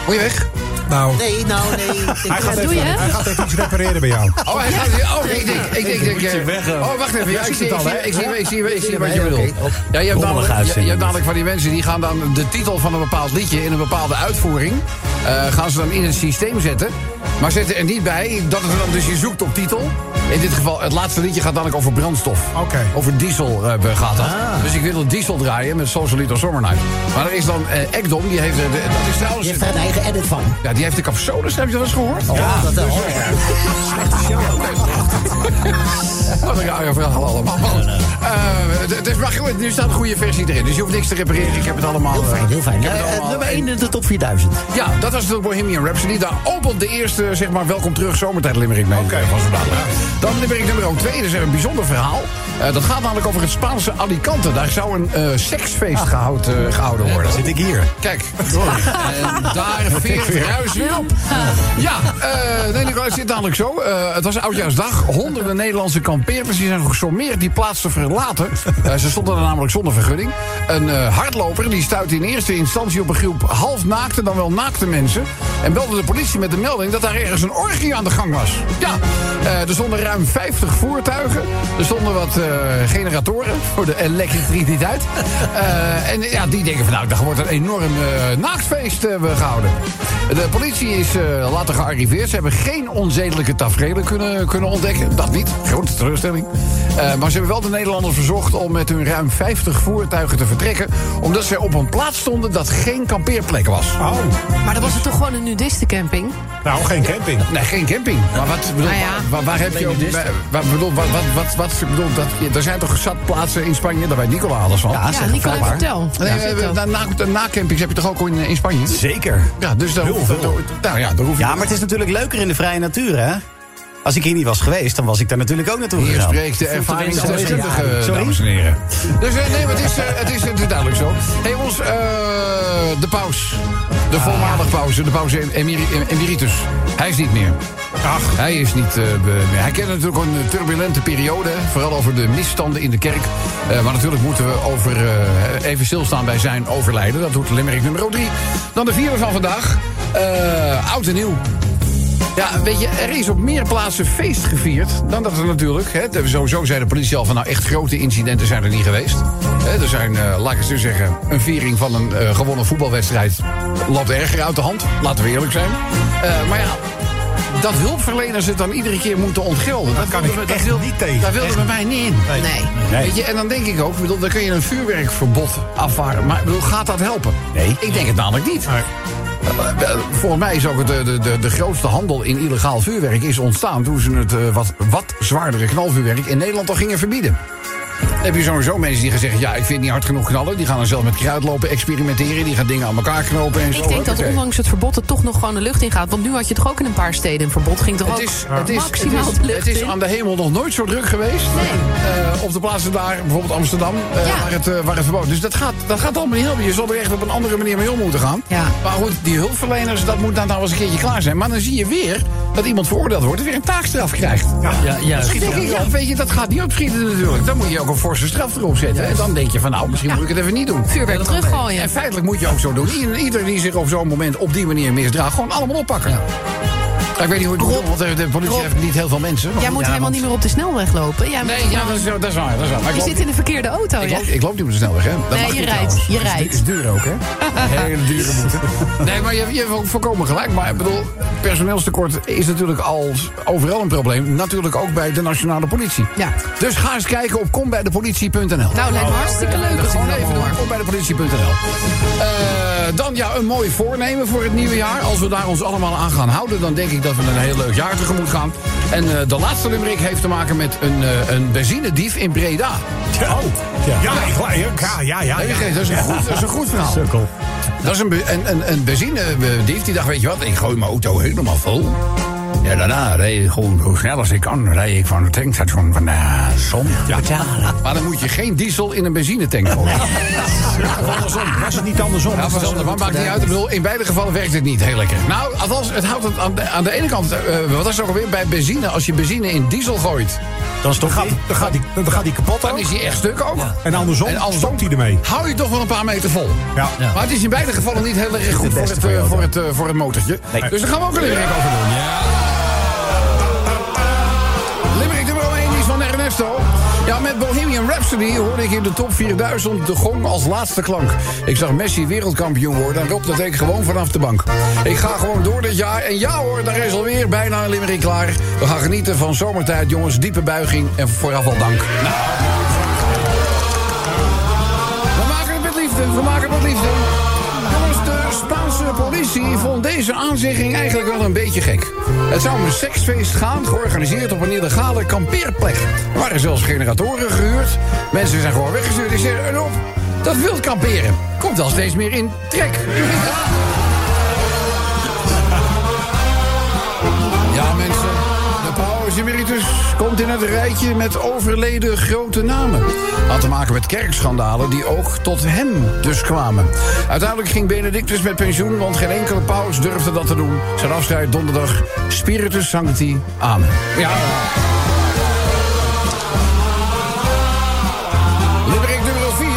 Speaker 2: Moet je weg?
Speaker 6: Nou,
Speaker 8: Nee, nou, nee.
Speaker 6: hij gaat, even, hij gaat even iets repareren bij jou.
Speaker 2: Oh, hij gaat weer. Oh, ik denk, ik denk, ik denk, eh, Oh, wacht even. Ja, ik zie, ik zie, ik zie, ik zie, ik zie wat je bedoelt. Ja, je hebt, namelijk, je, je hebt namelijk van die mensen die gaan dan de titel van een bepaald liedje in een bepaalde uitvoering. eh, gaan ze dan in het systeem zetten. Maar zetten er niet bij dat het dan dus je zoekt op titel. In dit geval, het laatste liedje gaat namelijk over brandstof.
Speaker 6: Oké.
Speaker 2: Over diesel eh, gaat dat. Dus ik wil diesel draaien met Social Little Summer Night. Maar er is dan eh Ekdom, die heeft... eh, de- dat is trouwens...
Speaker 8: Je hebt daar een eigen edit van.
Speaker 2: Ja, die heeft de capsules, heb je dat eens gehoord?
Speaker 8: Ja, dat eh, wel.
Speaker 2: Oh, dan ga je vragen allemaal. Eh, d- dus maar goed, nu staat een goede versie erin. Dus je hoeft niks te repareren. Ik heb het allemaal.
Speaker 8: Heel
Speaker 2: eh,
Speaker 8: fijn, heel fijn.
Speaker 2: ik heb het
Speaker 8: Eh, eh,
Speaker 2: allemaal-
Speaker 8: nummer 1 in de top 4000.
Speaker 2: Ja, dat was de Bohemian Rhapsody. Daar opent de eerste, zeg maar, welkom terug zomertijd limerick mee. Oké, was het Dan limerick nummer 2, dat is een bijzonder verhaal. Eh, dat gaat namelijk over het Spaanse Alicante. Daar zou een eh, seksfeest
Speaker 8: Ah.
Speaker 2: gehoud, eh, gehouden worden.
Speaker 6: Zit ik hier?
Speaker 2: Kijk, en daar veert ruis op. Ja, eh, nee, Nico, het zit namelijk zo. Eh, het was oudjaarsdag. Honderden Nederlandse kampeerders die zijn gesommeerd die plaats te verlaten. Eh, ze stonden er namelijk zonder vergunning. Een eh, hardloper die stuitte in eerste instantie op een groep halfnaakte, dan wel naakte mensen. En belde de politie met de melding dat daar ergens een orgie aan de gang was. Ja, eh, er stonden ruim 50 voertuigen. Er stonden wat eh, generatoren voor de elektriciteit. Eh, en ja, die denken van nou, daar wordt een enorm eh, naaktfeest eh, gehouden. De politie is eh, later gearriveerd. Ze hebben geen onzedelijke tafereelen kunnen, kunnen ontdekken. Dat niet. Grote teleurstelling. Eh, maar ze hebben wel de Nederlanders verzocht om met hun ruim 50 voertuigen te vertrekken. Omdat zij op een plaats stonden dat geen kampeerplek was.
Speaker 6: Oh,
Speaker 5: Maar dan was het toch gewoon een nudistencamping?
Speaker 6: nou, geen camping.
Speaker 2: Nee, geen camping. Maar wat bedoel,
Speaker 5: Nou ja.
Speaker 2: waar, waar, waar heb je ook.
Speaker 11: Alleen
Speaker 2: Waar, waar bedoel, wat, wat, wat, wat ik bedoel, dat, er zijn toch zat plaatsen in Spanje, daar weet Nicola alles van.
Speaker 8: Ah,
Speaker 5: Ja, zeg, Nicola, vertel maar. vertel.
Speaker 2: Nee,
Speaker 5: Ja.
Speaker 2: we hebben- na, na, na campings heb je toch ook in, eh, in Spanje?
Speaker 9: Zeker.
Speaker 2: Ja, dus daar hoef, daar, nou ja, daar hoef je
Speaker 3: Ja, maar het is natuurlijk leuker in de vrije natuur, hè? Als ik hier niet was geweest, dan was ik daar natuurlijk ook naartoe
Speaker 2: Hier
Speaker 3: gegaan.
Speaker 2: spreekt de ervaringsdeskundige,
Speaker 3: Ja, sorry?
Speaker 2: eh, dames en heren. Dus eh, nee, maar het is, eh, het is, het is duidelijk zo. Hey, ons, eh, de paus. De
Speaker 3: Ah.
Speaker 2: voormalig paus, de paus em- emeri- em- emeritus. Hij is niet meer. Ach. Hij is niet. eh, be- meer. hij kende natuurlijk een turbulente periode. hè, Vooral over de misstanden in de kerk. Eh, maar natuurlijk moeten we over, eh, even stilstaan bij zijn overlijden. Dat doet Limerick nummer 3. Dan de vierde van vandaag. Eh, oud en nieuw. Ja, weet je, er is op meer plaatsen feest gevierd dan dat er natuurlijk. Hè, sowieso zei de politie al van nou echt grote incidenten zijn er niet geweest. Hè, er zijn, eh, laat ik het zo zeggen, een viering van een eh, gewonnen voetbalwedstrijd loopt erger uit de hand. Laten we eerlijk zijn. Eh, maar ja, dat hulpverleners het dan iedere keer moeten ontgelden. Dat,
Speaker 6: kan
Speaker 2: wilden
Speaker 6: ik
Speaker 2: we-
Speaker 6: echt
Speaker 2: wil-
Speaker 6: niet tegen.
Speaker 2: Daar wilden
Speaker 6: Echt
Speaker 2: we mij niet in.
Speaker 5: Nee.
Speaker 6: Nee.
Speaker 2: Weet je, en dan denk ik ook, ik bedoel, dan kun je een vuurwerkverbod afvaren. Maar ik bedoel, gaat dat helpen? Nee. Ik denk het namelijk niet. Eh, eh, Volgens mij is ook het, eh, de, de, de grootste handel in illegaal vuurwerk is ontstaan... toen ze het eh, wat, wat zwaardere knalvuurwerk in Nederland al gingen verbieden. Dan heb je sowieso mensen die gaan zeggen... ja, ik vind het niet hard genoeg knallen. Die gaan dan zelf met kruid lopen experimenteren. Die gaan dingen aan elkaar knopen en zo.
Speaker 5: Ik denk dat
Speaker 2: Hoppakee.
Speaker 5: ondanks het verbod het toch nog gewoon de lucht in gaat. Want nu had je toch ook in een paar steden een verbod. Ging toch
Speaker 2: Het
Speaker 5: ook
Speaker 2: is, het, is, het,
Speaker 5: maximaal
Speaker 2: is,
Speaker 5: de lucht
Speaker 2: het is
Speaker 5: in?
Speaker 2: aan de hemel nog nooit zo druk geweest. Eh, op de plaatsen daar, bijvoorbeeld Amsterdam, eh, waar, het, eh, waar het verboden is. Dus dat gaat, dat gaat allemaal niet helpen. Je zal er echt op een andere manier mee om moeten gaan. Maar goed, die hulpverleners, dat moet dan nou eens een keertje klaar zijn. Maar dan zie je weer dat iemand veroordeeld wordt en weer een taakstraf krijgt. Ja,
Speaker 11: juist.
Speaker 2: Dus dan denk ik, ja, weet je, dat gaat niet opschieten natuurlijk. Dan moet je ook een forse straf erop zetten. En dan denk je van, nou, misschien moet ik het even niet doen.
Speaker 5: Vuurwerk
Speaker 2: Ja, dat-
Speaker 5: teruggooien.
Speaker 2: En feitelijk moet je ook zo doen. Ieder, ieder die zich op zo'n moment op die manier misdraagt, gewoon allemaal oppakken. Ja, ik weet niet hoe het moet doen, want de de politie heeft niet heel veel mensen. maar
Speaker 5: Jij
Speaker 2: goed.
Speaker 5: moet helemaal niet meer op de snelweg lopen. Jij
Speaker 2: Nee,
Speaker 5: moet
Speaker 2: ja,
Speaker 5: gewoon-
Speaker 2: dat is, dat is waar. Dat is waar. Maar ik
Speaker 5: je
Speaker 2: loop-
Speaker 5: zit in de verkeerde auto,
Speaker 2: ik
Speaker 5: ja?
Speaker 2: loop, ik loop niet op de snelweg, hè? Dat
Speaker 5: Nee,
Speaker 2: mag
Speaker 5: je
Speaker 2: niet
Speaker 5: rijdt,
Speaker 2: trouwens.
Speaker 5: je
Speaker 2: Dat is-
Speaker 5: rijdt.
Speaker 2: is duur ook, hè? Hele dure boete. Nee, maar je, hebt- je hebt ook voorkomen gelijk. Maar ik bedoel, personeelstekort is natuurlijk al overal een probleem. Natuurlijk ook bij de nationale politie.
Speaker 5: Ja.
Speaker 2: Dus ga eens kijken op kombijdepolitie.nl.
Speaker 5: Nou, lijkt me hartstikke leuk als ik
Speaker 2: Gewoon
Speaker 5: dat
Speaker 2: even
Speaker 5: hoor.
Speaker 2: doen. Kombijdepolitie.nl. Eh, dan ja, een mooi voornemen voor het nieuwe jaar. Als we daar ons allemaal aan gaan houden, dan denk ik dat we een heel leuk jaar tegemoet gaan. En eh, de laatste nummerik heeft te maken met een, eh, een benzinedief in Breda. Oh,
Speaker 6: Ja, ik- ja, ja, ja,
Speaker 2: Nee,
Speaker 6: ja.
Speaker 2: geen, dat, is een goed, dat is een goed verhaal.
Speaker 6: Sukkel.
Speaker 2: Dat is een, be- een, een, een benzinedief die dacht, weet je wat, ik gooi mijn auto helemaal vol. Ja, daarna rijd ik gewoon zo snel als ik kan. Rijd ik van het tankstation van de zon. Ja. Maar dan moet je geen diesel in een benzinetank gooien.
Speaker 6: Andersom, was het niet andersom?
Speaker 2: Ja,
Speaker 6: Was
Speaker 2: maar
Speaker 6: het
Speaker 2: dat
Speaker 6: andersom?
Speaker 2: maakt niet uit. Ik bedoel, in beide gevallen werkt het niet heel lekker. Nou, althans, het houdt het aan de, aan de ene kant... eh, wat is het ook alweer bij benzine? Als je benzine in diesel gooit...
Speaker 6: Dan, gaat, dan, gaat die, dan gaat die kapot
Speaker 2: Dan
Speaker 6: ook.
Speaker 2: is die echt stuk ook.
Speaker 6: En andersom,
Speaker 2: En
Speaker 6: en
Speaker 2: andersom.
Speaker 6: hij ermee.
Speaker 2: Hou je toch wel een paar meter vol.
Speaker 6: Ja.
Speaker 2: Maar het is in beide gevallen niet heel erg goed voor het, eh, voor het, eh, voor het motortje. Dus daar gaan we ook een limerick over doen. Limerick nummer 1 die is van Ernesto. Ja, met Bohemian Rhapsody hoorde ik in de top 4000 de gong als laatste klank. Ik zag Messi wereldkampioen worden en Rob dat deed ik gewoon vanaf de bank. Ik ga gewoon door dit jaar en ja hoor, daar is alweer bijna een limerick klaar. We gaan genieten van zomertijd jongens, diepe buiging en vooraf al dank. Nou. We maken het met liefde, we maken het met liefde. Jongens, de Spaanse politie vond deze aanzegging eigenlijk wel een beetje gek. Het zou om een seksfeest gaan, georganiseerd op een illegale kampeerplek. Er waren zelfs generatoren gehuurd. Mensen zijn gewoon weggestuurd. Ik zeg, en op, dat wild kamperen komt al steeds meer in trek. Ja, mensen. De Paus Emeritus komt in het rijtje met overleden grote namen. Had te maken met kerkschandalen die ook tot hem dus kwamen. Uiteindelijk ging Benedictus met pensioen, want geen enkele paus durfde dat te doen. Zijn afscheid donderdag. Spiritus Sancti. Amen. Ja. Limerick nummer 4.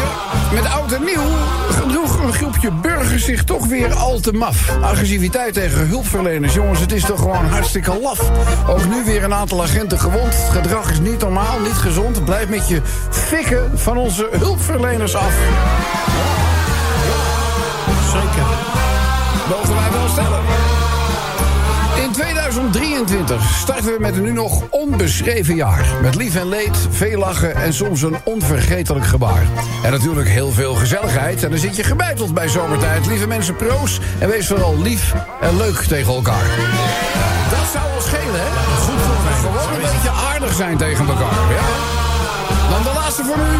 Speaker 2: Met oud en nieuw gedroeg een groepje burgers zich toch weer al te maf. Agressiviteit tegen hulpverleners, jongens, het is toch gewoon hartstikke laf. Ook nu weer een aantal agenten gewond. Het gedrag is niet normaal, niet gezond. Blijf met je fikken van onze hulpverleners af. Zeker. Mogen wij wel stellen. In 2023 starten we met een nu nog onbeschreven jaar. Met lief en leed, veel lachen en soms een onvergetelijk gebaar. En natuurlijk heel veel gezelligheid. En dan zit je gebeiteld bij zomertijd. Lieve mensen, proost. En wees vooral lief en leuk tegen elkaar. Dat zou ons schelen, hè? Goed voor mij. Gewoon een beetje aardig zijn tegen elkaar, ja? Dan de laatste voor nu.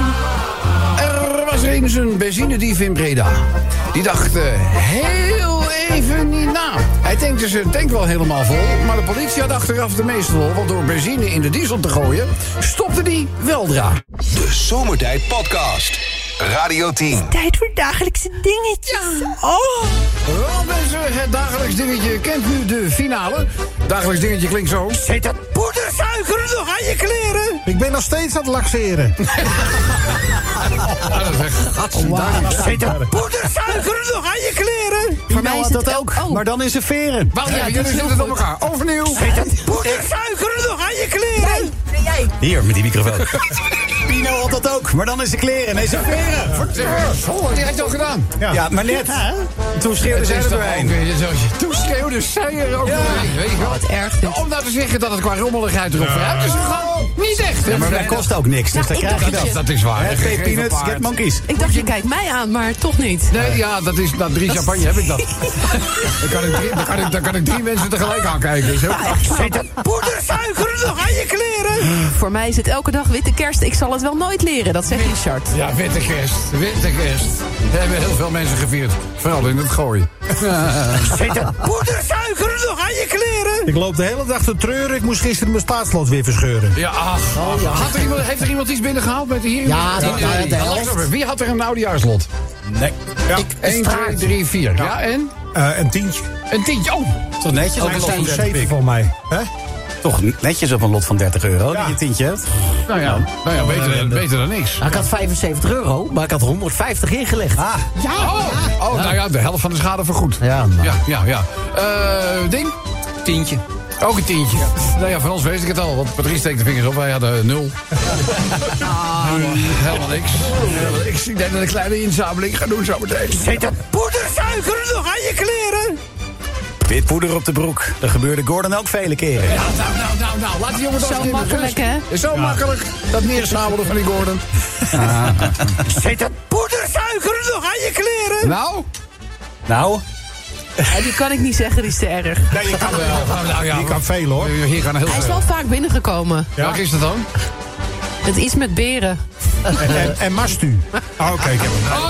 Speaker 2: Er was eens een benzinedief in Breda. Die dacht eh, heel even niet na. Hij tankte zijn tank wel helemaal vol, maar de politie had achteraf de meeste lol. Want door benzine in de diesel te gooien, stopte die weldra.
Speaker 1: De Zomertijd Podcast. Radio 10.
Speaker 7: Tijd voor dagelijkse dingetjes. Oh,
Speaker 2: Wel mensen, het dagelijks dingetje kent nu de finale. Dagelijks dingetje klinkt zo.
Speaker 10: Zit dat poedersuiker nog aan je kleren?
Speaker 6: Ik ben nog steeds aan het laxeren.
Speaker 2: Ah,
Speaker 10: Zit dat poedersuiker nog aan je kleren?
Speaker 5: Voor mij is het ook. Oh,
Speaker 6: Maar dan is er veren.
Speaker 2: Wacht
Speaker 5: Ja,
Speaker 2: even,
Speaker 5: dat is
Speaker 2: jullie
Speaker 5: heel
Speaker 2: zitten op
Speaker 5: goed.
Speaker 2: elkaar. Overnieuw.
Speaker 10: Zit dat poedersuiker nog aan je
Speaker 7: Oh.
Speaker 10: kleren?
Speaker 9: Hier, met die microfoon. Pino had dat ook, maar dan is de kleren. Nee, zijn veren.
Speaker 2: Oh, die had je al gedaan.
Speaker 6: Ja.
Speaker 9: Ja, maar net. Toen schreeuwde zij er doorheen.
Speaker 2: Toen schreeuwde zij er ook doorheen, weet je wel.
Speaker 5: wat erg. erg. dit.
Speaker 2: Om nou te zeggen dat het qua rommeligheid erop vooruit is gegaan. Niet echt.
Speaker 3: Ja, maar dat kost ook niks,
Speaker 5: Nou,
Speaker 3: dus dan
Speaker 5: ik
Speaker 3: krijg je
Speaker 5: dacht
Speaker 3: dat.
Speaker 5: het.
Speaker 2: Dat is waar.
Speaker 3: Hè,
Speaker 2: Een
Speaker 3: Geen
Speaker 2: gegeven
Speaker 3: peanuts,
Speaker 2: paard.
Speaker 3: get monkeys.
Speaker 5: Ik
Speaker 2: Oh,
Speaker 5: dacht, je kijkt mij aan, maar toch niet.
Speaker 2: Nee, ja, dat is, na drie champagne heb ik dat. Dan kan ik drie, dan kan ik, dan kan ik drie mensen tegelijk aankijken. Dat is heel knap.
Speaker 10: Poedersuiker nog aan je kleren.
Speaker 5: Voor mij is het elke dag witte kerst. Ik zal het wel nooit leren, dat zegt Richard.
Speaker 2: Ja, witte kerst. Witte kerst. We hebben heel veel mensen gevierd. Vooral in het gooien.
Speaker 10: Poedersuiker nog aan je kleren.
Speaker 6: Ik loop de hele dag te treuren. Ik moest gisteren mijn staatslood weer verscheuren.
Speaker 2: Oh, Ja, ach. Had er iemand, heeft er iemand iets binnengehaald met hier?
Speaker 8: Ja, dat- ja, de helft.
Speaker 2: Wie had er een oudejaarslot?
Speaker 6: Nee. Ja.
Speaker 2: 1, 2, 3, 4. Ja, en?
Speaker 6: Eh, een tientje.
Speaker 2: Een tientje. Oh,
Speaker 3: Toch netjes op
Speaker 6: Dat
Speaker 3: een
Speaker 6: is
Speaker 3: lot van
Speaker 6: een
Speaker 3: 30
Speaker 6: zeven
Speaker 3: pik.
Speaker 6: van mij. Hè?
Speaker 3: Toch netjes op een lot van 30 euro, dat je een tientje hebt.
Speaker 2: nou ja, nou ja beter, dan- beter dan niks.
Speaker 8: Nou, ik had 75 euro, maar ik had 150 ingelegd.
Speaker 3: Ah,
Speaker 8: Ja,
Speaker 2: Oh, oh, nou ja, de helft van de schade vergoed.
Speaker 8: Ja, nou.
Speaker 2: Ja, ja, ja. Eh, ding? Tientje. Ook een tientje. Nou ja, voor ons weet ik het al, want Patrice steekt de vingers op. Wij hadden nul. Ah, helemaal niks. Helemaal niks. Ik denk dat een kleine inzameling ga doen zo meteen.
Speaker 10: Zit het poedersuiker nog aan je kleren?
Speaker 3: Wit poeder op de broek. Dat gebeurde Gordon ook vele keren.
Speaker 2: Nou, nou, nou, nou, nou. Laat die jongen
Speaker 5: Zo makkelijk, hè?
Speaker 2: Zo makkelijk. Dat neersabelen van die Gordon.
Speaker 10: Zit het poedersuiker nog aan je kleren?
Speaker 2: Nou?
Speaker 3: Nou,
Speaker 5: En die kan ik niet zeggen, die is te erg.
Speaker 2: Nee, je kan wel. Nou, ja,
Speaker 6: Die kan veel hoor.
Speaker 2: Hier gaan heel
Speaker 5: Hij is wel
Speaker 2: veel.
Speaker 5: vaak binnengekomen.
Speaker 2: Waar is dat dan?
Speaker 5: Het iets met beren.
Speaker 6: En, en, en Mastu. Ah, Oké, ik heb hem.
Speaker 2: Oh,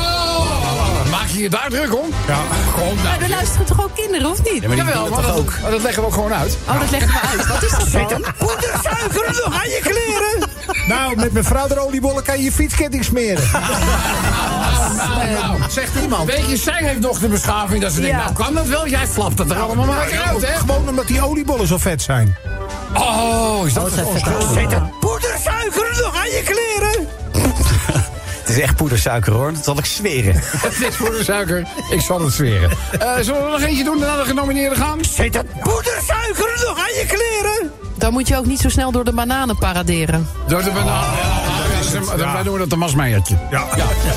Speaker 2: maak je je daar druk om? Ja. Gewoon nou.
Speaker 5: Maar er luisteren toch ook kinderen, of niet?
Speaker 3: die
Speaker 2: Jawel,
Speaker 3: doen
Speaker 2: maar
Speaker 3: het
Speaker 2: dat,
Speaker 3: toch
Speaker 2: maar dat leggen we ook gewoon uit.
Speaker 5: Oh, dat leggen we uit. Wat is dat dan?
Speaker 10: Poedersuiker nog aan je kleren?
Speaker 6: Nou, met mijn vrouw de oliebollen kan je je fietsketting smeren.
Speaker 2: Ah, Zegt iemand. Weet je, zij heeft nog de beschaving dat ze denkt,
Speaker 5: Ja.
Speaker 2: nou kan dat wel? Jij flapt het er allemaal maar lekker uit, hè?
Speaker 6: Gewoon omdat die oliebollen zo vet zijn.
Speaker 2: Oh, is dat het?
Speaker 10: Zit het poedersuiker nog aan je kleren?
Speaker 3: Het is echt poedersuiker hoor, dat zal ik zweren.
Speaker 2: Het is voor de suiker. Ik zal het zweren. Eh, zullen we er nog eentje doen en naar de genomineerden gaan?
Speaker 10: Zit het poedersuiker nog aan je kleren?
Speaker 5: Dan moet je ook niet zo snel door de bananen paraderen.
Speaker 2: Door de banaan. Dan Wij noemen dat een masmeijertje. Ah, Ja.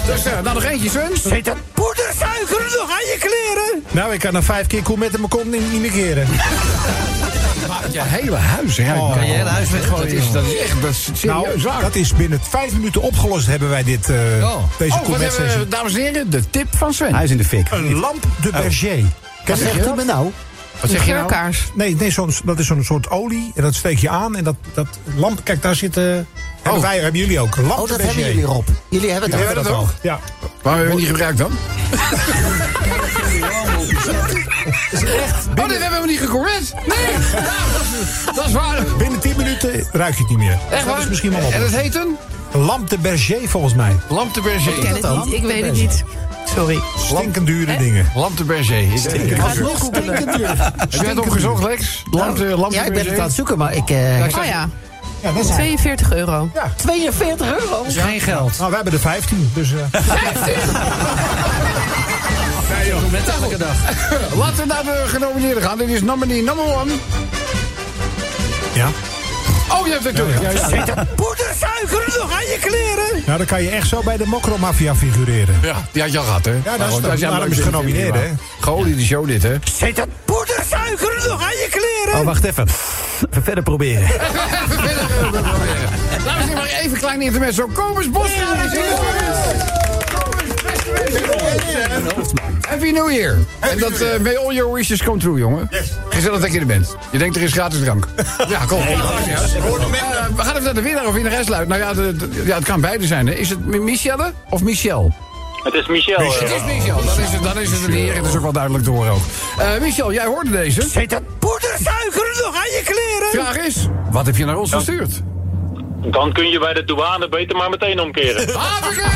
Speaker 2: Dus eh, nou nog eentje, Suns.
Speaker 10: Zit het poedersuiker nog aan je kleren?
Speaker 6: Nou, ik kan er vijf keer koel met mijn kont niet, niet meer keren. Oh.
Speaker 2: Je hele huis, hè?
Speaker 11: Kan je hele huis
Speaker 2: Oh. Dat
Speaker 11: weggooien,
Speaker 2: is,
Speaker 11: jongen.
Speaker 2: dat is echt dat is
Speaker 6: Nou,
Speaker 2: serieus waar.
Speaker 6: dat is binnen vijf minuten opgelost hebben wij dit, eh, deze
Speaker 2: oh, wat hebben we,
Speaker 6: coolbed-sessie.
Speaker 2: dames en heren? De tip van Sven.
Speaker 3: Hij is in de fik.
Speaker 6: Een lamp de Berger.
Speaker 8: Wat zegt u me nou?
Speaker 2: Wat zeg je nou?
Speaker 5: Geurkaars.
Speaker 6: Nee, nee zo'n- dat is zo'n soort olie. En dat steek je aan. En dat, dat lamp, kijk, daar zitten... eh, Hebben wij, hebben jullie ook. Lamp
Speaker 8: Oh,
Speaker 6: de
Speaker 8: dat
Speaker 6: Berger.
Speaker 8: hebben jullie, Rob. Jullie hebben het
Speaker 6: Hebben
Speaker 8: ook.
Speaker 6: dat ook? Ja.
Speaker 2: Waarom hebben we niet gebruikt dan? Oh, dit hebben we niet gecorrect. Nee! Dat is waar.
Speaker 6: Binnen 10 minuten ruik je het niet meer.
Speaker 2: Echt
Speaker 6: dat
Speaker 2: waar?
Speaker 6: is misschien wel
Speaker 2: En
Speaker 6: op.
Speaker 2: dat heet een?
Speaker 6: Lamp de Berger volgens mij.
Speaker 2: Lamp de
Speaker 5: Ik ken
Speaker 2: Berger.
Speaker 5: het niet, ik weet het niet. Sorry.
Speaker 6: Stinkend dure dingen.
Speaker 2: Lamp de Berger. Heb
Speaker 8: Ik ga het nog stinkend duur.
Speaker 2: jij het opgezocht, Lex? Lamp de, lamp
Speaker 8: Ja,
Speaker 2: de
Speaker 8: ik ben het aan
Speaker 2: Berger.
Speaker 8: het zoeken, maar ik... eh,
Speaker 5: Oh ja,
Speaker 6: Ja, dat is
Speaker 5: 42 euro.
Speaker 8: 42 euro?
Speaker 11: Geen geld.
Speaker 6: Nou, we hebben er 15. Dus, eh,
Speaker 2: Laten we naar de genomineerden gaan. Dit is nominee number one.
Speaker 6: ja.
Speaker 2: Oh, je hebt het natuurlijk. Ja, ja.
Speaker 10: Zit het poedersuiker nog aan je kleren?
Speaker 6: Nou, dan kan je echt zo bij de Mokromafia figureren.
Speaker 2: Ja, die had je al gehad, hè? Maar
Speaker 6: dat is-
Speaker 2: goed, als jij
Speaker 6: daarom
Speaker 2: leuk
Speaker 6: is
Speaker 2: vindt,
Speaker 6: genomineerd,
Speaker 2: prima.
Speaker 6: hè?
Speaker 2: Goh, die show dit, hè?
Speaker 10: Zit het poedersuiker nog aan je kleren?
Speaker 3: Oh, wacht even. Even verder proberen.
Speaker 2: Even verder, eh, we proberen. Laten we maar even klein intermezzo. Komers Bos. Happy New Year. En dat eh, may all your wishes come true, jongen. Gezellig dat je er bent. Je denkt er is gratis drank. Ja, kom. Eh, we gaan even naar de winnaar of winnares luidt. Nou ja, de- de- ja, het kan beide zijn. Hè. Is het Mi- Michelle of Michel?
Speaker 13: Het is Michel. eh.
Speaker 2: Het is Michel. Dan is het, dan is het een heer. Het is ook wel duidelijk te horen ook. Eh, Michel, jij hoorde deze.
Speaker 10: Zit het poedersuiker nog aan je kleren?
Speaker 2: Vraag is, wat heb je naar ons gestuurd?
Speaker 13: eh, Dan kun je bij de douane beter maar meteen omkeren.
Speaker 2: Afrika!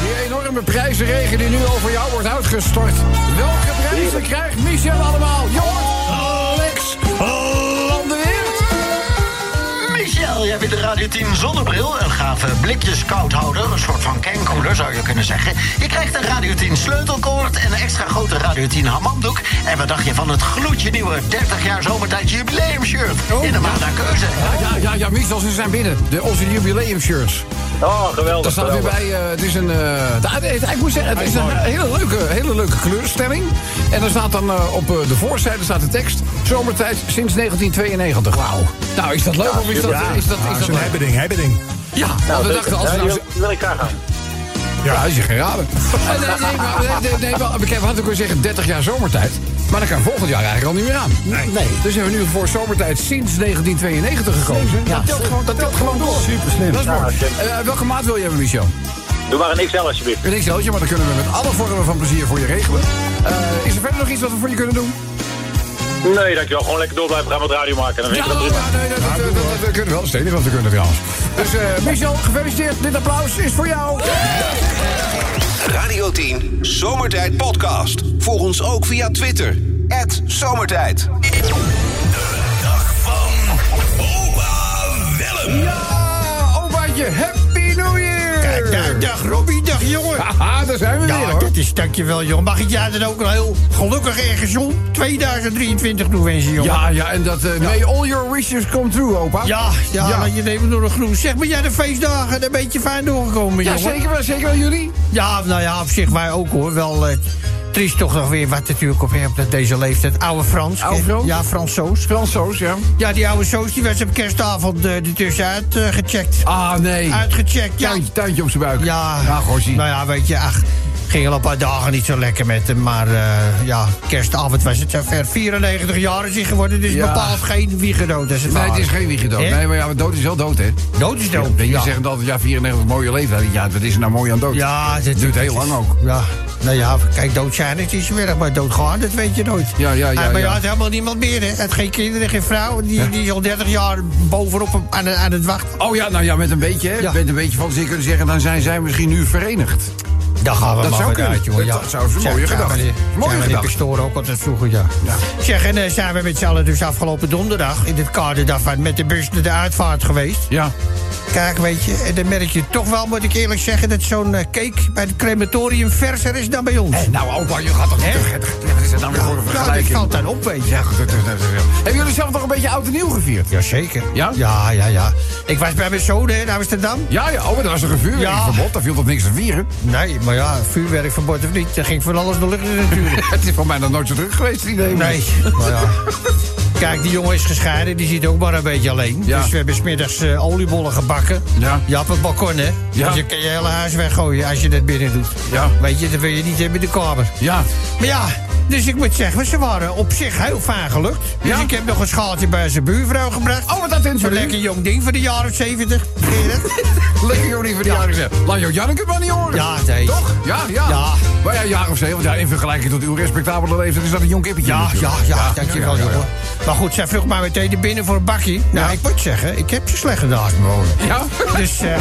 Speaker 2: Die enorme prijzenregen die nu over jou wordt uitgestort. Welke prijzen krijgt Michel allemaal? Jongen, Alex, Landeweert.
Speaker 14: Michel, jij bent de Radio 10 zonnebril, eh, een gave blikjeskouthouder, een soort van kenkoeler zou je kunnen zeggen. Je krijgt een Radio 10 sleutelkoord en een extra grote Radio 10 hamamdoek. En wat dacht je van het gloedje nieuwe 30 jaar zomertijd
Speaker 8: Oh,
Speaker 14: jubileum shirt? In de maand naar keuze.
Speaker 2: Ja, ja, ja, Michel, ze zijn binnen. De, onze jubileumshirts.
Speaker 13: Oh, geweldig.
Speaker 2: Daar staat weer
Speaker 13: geweldig.
Speaker 2: bij, eh, het is een... eh, de- het- het- ik moet zeggen, het is een hele leuke, hele leuke kleurstelling. En er staat dan eh, op eh, de voorzijde staat de tekst... Zomertijd sinds 1992. Wauw. Nou, is dat leuk of is dat...
Speaker 6: Ja,
Speaker 2: Is dat,
Speaker 6: ja,
Speaker 2: is
Speaker 6: is
Speaker 2: dat
Speaker 6: een
Speaker 2: leuk?
Speaker 6: hebbeding, hebbeding.
Speaker 2: Ja, want we dachten als we nou...
Speaker 13: wil ik graag gaan.
Speaker 2: Ja, dat is je geen raden. Eh, nee, nee, maar, nee, nee, nee, maar, kijk, we hadden kunnen zeggen 30 jaar zomertijd. Maar dan kan volgend jaar eigenlijk al niet meer aan. Nee. Dus hebben we nu voor zomertijd sinds 1992 gekozen. dat telt gewoon, dat telt gewoon door. Super slim. Dat is mooi. Eh, welke maat wil je hebben, Michel?
Speaker 13: Doe maar een XL alsjeblieft.
Speaker 2: Een XL'tje, maar dan kunnen we met alle vormen van plezier voor je regelen. Eh, is er verder nog iets wat we voor je kunnen doen?
Speaker 13: Nee, dankjewel. Gewoon lekker door blijven gaan met radio maken. Dan weet ik dat prima.
Speaker 2: Dat, dat, dat, dat kunnen we wel, steden wat we kunnen trouwens. Dus eh, Michel, gefeliciteerd. Dit applaus is voor jou.
Speaker 1: Radio 10 Zomertijd Podcast. Volg ons ook via Twitter. Het Zomertijd.
Speaker 2: Ja, opaatje, happy new year!
Speaker 12: Kijk, dag, dag Robbie, dag jongen.
Speaker 2: Haha, daar zijn we
Speaker 12: ja,
Speaker 2: weer, hoor.
Speaker 12: dat is dankjewel jongen. Mag ik jou dan ook een heel gelukkig en gezond 2023 toewensen jongen?
Speaker 2: Ja, ja, en dat... eh, May all your wishes come true, opa.
Speaker 12: Ja, ja, laat je leven door de groen. Zeg maar jij de feestdagen een beetje fijn doorgekomen
Speaker 2: Ja,
Speaker 12: jongen?
Speaker 2: zeker wel, zeker wel jullie.
Speaker 12: Ja, nou ja, op zich wij ook hoor. Wel eh, triest toch nog weer wat natuurlijk op hebt op deze leeftijd. Oude Frans.
Speaker 2: Oude
Speaker 12: ken-
Speaker 2: Frans?
Speaker 12: Ja, Fransoos.
Speaker 2: Fransoos, ja.
Speaker 12: Ja, die oude Soos die was op kerstavond eh ertussenuit eh, gecheckt.
Speaker 2: Ah, nee.
Speaker 12: Uitgecheckt, ja.
Speaker 2: Tuintje, tuintje op zijn buik.
Speaker 12: Ja,
Speaker 2: Ach, Horsie.
Speaker 12: nou ja, weet je, ach, ging al een paar dagen niet zo lekker met hem. Maar eh, ja, kerstavond was het zover. 94 jaar is hij geworden, dus
Speaker 2: Ja.
Speaker 12: bepaald geen wiegedood. als het
Speaker 2: Nee,
Speaker 12: ware.
Speaker 2: het is geen wiegedood.
Speaker 12: Hè?
Speaker 2: Nee, maar ja, maar dood is wel dood, hè?
Speaker 12: Dood is dood,
Speaker 2: Ja, je
Speaker 12: ja.
Speaker 2: zegt altijd, ja, 94 mooie leeftijd. Ja, dat is er nou mooi aan dood.
Speaker 12: Ja, dit
Speaker 2: duurt heel
Speaker 12: dit is-
Speaker 2: lang ook.
Speaker 12: Ja, nou ja, kijk, dood zijn het is weer, maar doodgaan, dat weet je nooit.
Speaker 2: Ja, ja, ja,
Speaker 12: Hij- maar
Speaker 2: ja.
Speaker 12: je had helemaal niemand meer, hè. Hij had geen kinderen, geen vrouw. Die,
Speaker 2: Ja.
Speaker 12: die is al 30 jaar bovenop hem aan, aan het wachten.
Speaker 2: Oh ja, nou ja, met een beetje, hè?
Speaker 12: Ja.
Speaker 2: Met een beetje van zeker kunnen zeggen, dan zijn zij misschien nu verenigd.
Speaker 12: Daar gaan we
Speaker 2: Dat
Speaker 12: maar
Speaker 2: zou kunnen.
Speaker 12: vanuit, jongen.
Speaker 2: Dat- dat zou een mooie gedachte.
Speaker 12: zijn.
Speaker 2: Mooie
Speaker 12: Mooie
Speaker 2: gedachte.
Speaker 12: gedachte. storen ook altijd vroeger, ja. Zeg, en eh, zijn we met z'n allen dus afgelopen donderdag... in het kader daarvan met de bus naar de uitvaart geweest.
Speaker 2: Ja.
Speaker 12: Kijk, weet je, en dan merk je toch wel, moet ik eerlijk zeggen... dat zo'n eh, cake bij het crematorium verser is dan bij ons.
Speaker 2: Nou, opa, je gaat toch niet
Speaker 12: Hè?
Speaker 2: te gek. Dat is het nou weer voor een
Speaker 12: Ja, dat
Speaker 2: vergelijking.
Speaker 12: valt dan op, weet je.
Speaker 2: Ja, goed, dat- dat- dat- dat- Hebben jullie zelf nog een beetje oud en nieuw gevierd?
Speaker 12: Jazeker.
Speaker 2: Ja?
Speaker 12: Ja, ja, ja. Ik was bij mijn zoon hè, in Amsterdam.
Speaker 2: Ja, ja, oh, maar dat was toch een vuurwerkverbod? Daar viel toch niks te vieren?
Speaker 12: Nee, maar ja, vuurwerkverbod of niet. Er ging van alles de lucht in natuurlijk.
Speaker 2: Het is voor mij nog nooit zo druk geweest, die idee.
Speaker 12: Nee, maar ja. Kijk, die jongen is gescheiden, die zit ook maar een beetje alleen.
Speaker 2: Ja.
Speaker 12: Dus we hebben smiddags eh, oliebollen gebakken.
Speaker 2: Ja.
Speaker 12: Je hebt het balkon, hè?
Speaker 2: Ja.
Speaker 12: Dus je kan je hele huis weggooien als je dat binnen doet.
Speaker 2: Ja.
Speaker 12: Weet je, dat wil je niet hebben in de kamer.
Speaker 2: Ja.
Speaker 12: Maar ja, dus ik moet zeggen, ze waren op zich heel fijn gelukt. Dus
Speaker 2: Ja.
Speaker 12: ik heb nog een schaaltje bij zijn buurvrouw gebracht.
Speaker 2: Oh, wat dat in
Speaker 12: Zo'n lekker jong ding van de jaren 70. Ken je dat?
Speaker 2: Lekker jongen die van die jaren gezegd. Laat jou Janneke maar niet horen.
Speaker 12: Ja, nee.
Speaker 2: Toch? Ja, ja.
Speaker 12: Ja.
Speaker 2: Maar ja, jaar of zeven. Want ja, in vergelijking tot uw respectabele leeftijd is dat een jong kippetje.
Speaker 12: Ja, ja,
Speaker 2: natuurlijk.
Speaker 12: ja, dankjewel,
Speaker 2: ja, ja, ja.
Speaker 12: jongen. Maar goed, zij vroeg mij meteen er binnen voor een bakje. Nou, ik moet zeggen, ik heb ze slecht gedaan.
Speaker 2: Ja?
Speaker 12: Dus, eh,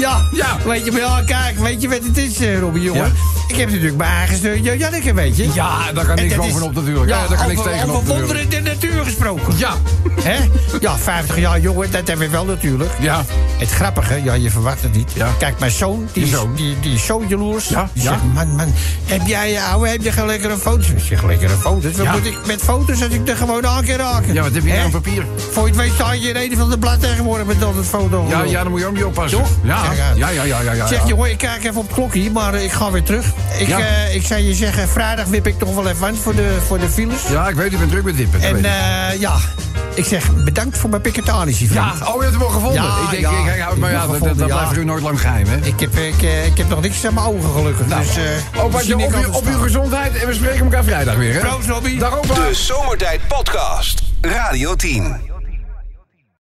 Speaker 12: ja,
Speaker 2: Ja.
Speaker 12: weet je, maar ja, kijk, weet je wat het is, eh, Robby, jongen? Ik heb natuurlijk mijn eigen steun, Janneke, weet je.
Speaker 2: Ja, daar kan
Speaker 12: En
Speaker 2: niks
Speaker 12: dat is-
Speaker 2: bovenop natuurlijk. Ja, daar kan niks
Speaker 12: over-
Speaker 2: tegenop
Speaker 12: Over
Speaker 2: natuurlijk.
Speaker 12: wonderen de natuur gesproken.
Speaker 2: Ja.
Speaker 12: Hè? Ja, 50 jaar jongen, dat hebben we wel natuurlijk.
Speaker 2: Ja.
Speaker 12: Het grappige, ja, je verwacht het niet.
Speaker 2: Ja.
Speaker 12: Kijk, mijn zoon, die,
Speaker 2: Je
Speaker 12: is,
Speaker 2: zoon.
Speaker 12: Die, die is zo jaloers.
Speaker 2: Ja,
Speaker 12: Die
Speaker 2: ja.
Speaker 12: zegt, man, man, heb jij je ouwe, heb je geen lekkere foto's? Ik zeg, lekkere foto's? Wat
Speaker 2: Ja.
Speaker 12: moet ik met foto's als ik er gewoon aan kan raken?
Speaker 2: Ja, wat heb je
Speaker 12: Hè?
Speaker 2: nou aan papier?
Speaker 12: Voor je het weet sta je in een van de blad tegenwoordig met dat het foto.
Speaker 2: Ja, ja, dan moet je ook niet oppassen.
Speaker 12: Toch?
Speaker 2: Ja, ja, ja, ja, ja. ja, ja.
Speaker 12: Zeg, jongen, ik kijk even op het klokje, maar eh, ik ga weer terug. Ik,
Speaker 2: Ja.
Speaker 12: eh, ik zou je zeggen, vrijdag wip ik toch wel even aan voor de, voor de files.
Speaker 2: Ja, ik weet, ik ben druk met dippen. dat
Speaker 12: En
Speaker 2: weet ik.
Speaker 12: eh, ja, ik zeg bedankt voor mijn piketanisje.
Speaker 2: Ja, oh, je hebt hem al gevonden.
Speaker 12: eh, Ja,
Speaker 2: ik denk,
Speaker 12: ja.
Speaker 2: ik, ik hou het maar
Speaker 12: Ik
Speaker 2: ja,
Speaker 12: heb
Speaker 2: dat, dat
Speaker 12: gevonden, ja.
Speaker 2: blijft voor u nooit lang geheim, hè?
Speaker 12: Ik heb, ik, eh, ik heb nog niks aan mijn ogen gelukkig.
Speaker 2: Nou.
Speaker 12: dus, eh,
Speaker 2: Opaatje,
Speaker 12: misschien
Speaker 2: Oh, op,
Speaker 12: ik
Speaker 2: uw-
Speaker 12: altijd
Speaker 2: op uw
Speaker 12: staan.
Speaker 2: gezondheid en we spreken elkaar vrijdag weer, hè?
Speaker 12: Proost, Robbie.
Speaker 2: Dag, opa.
Speaker 1: De Zomertijd Podcast. Radio 10.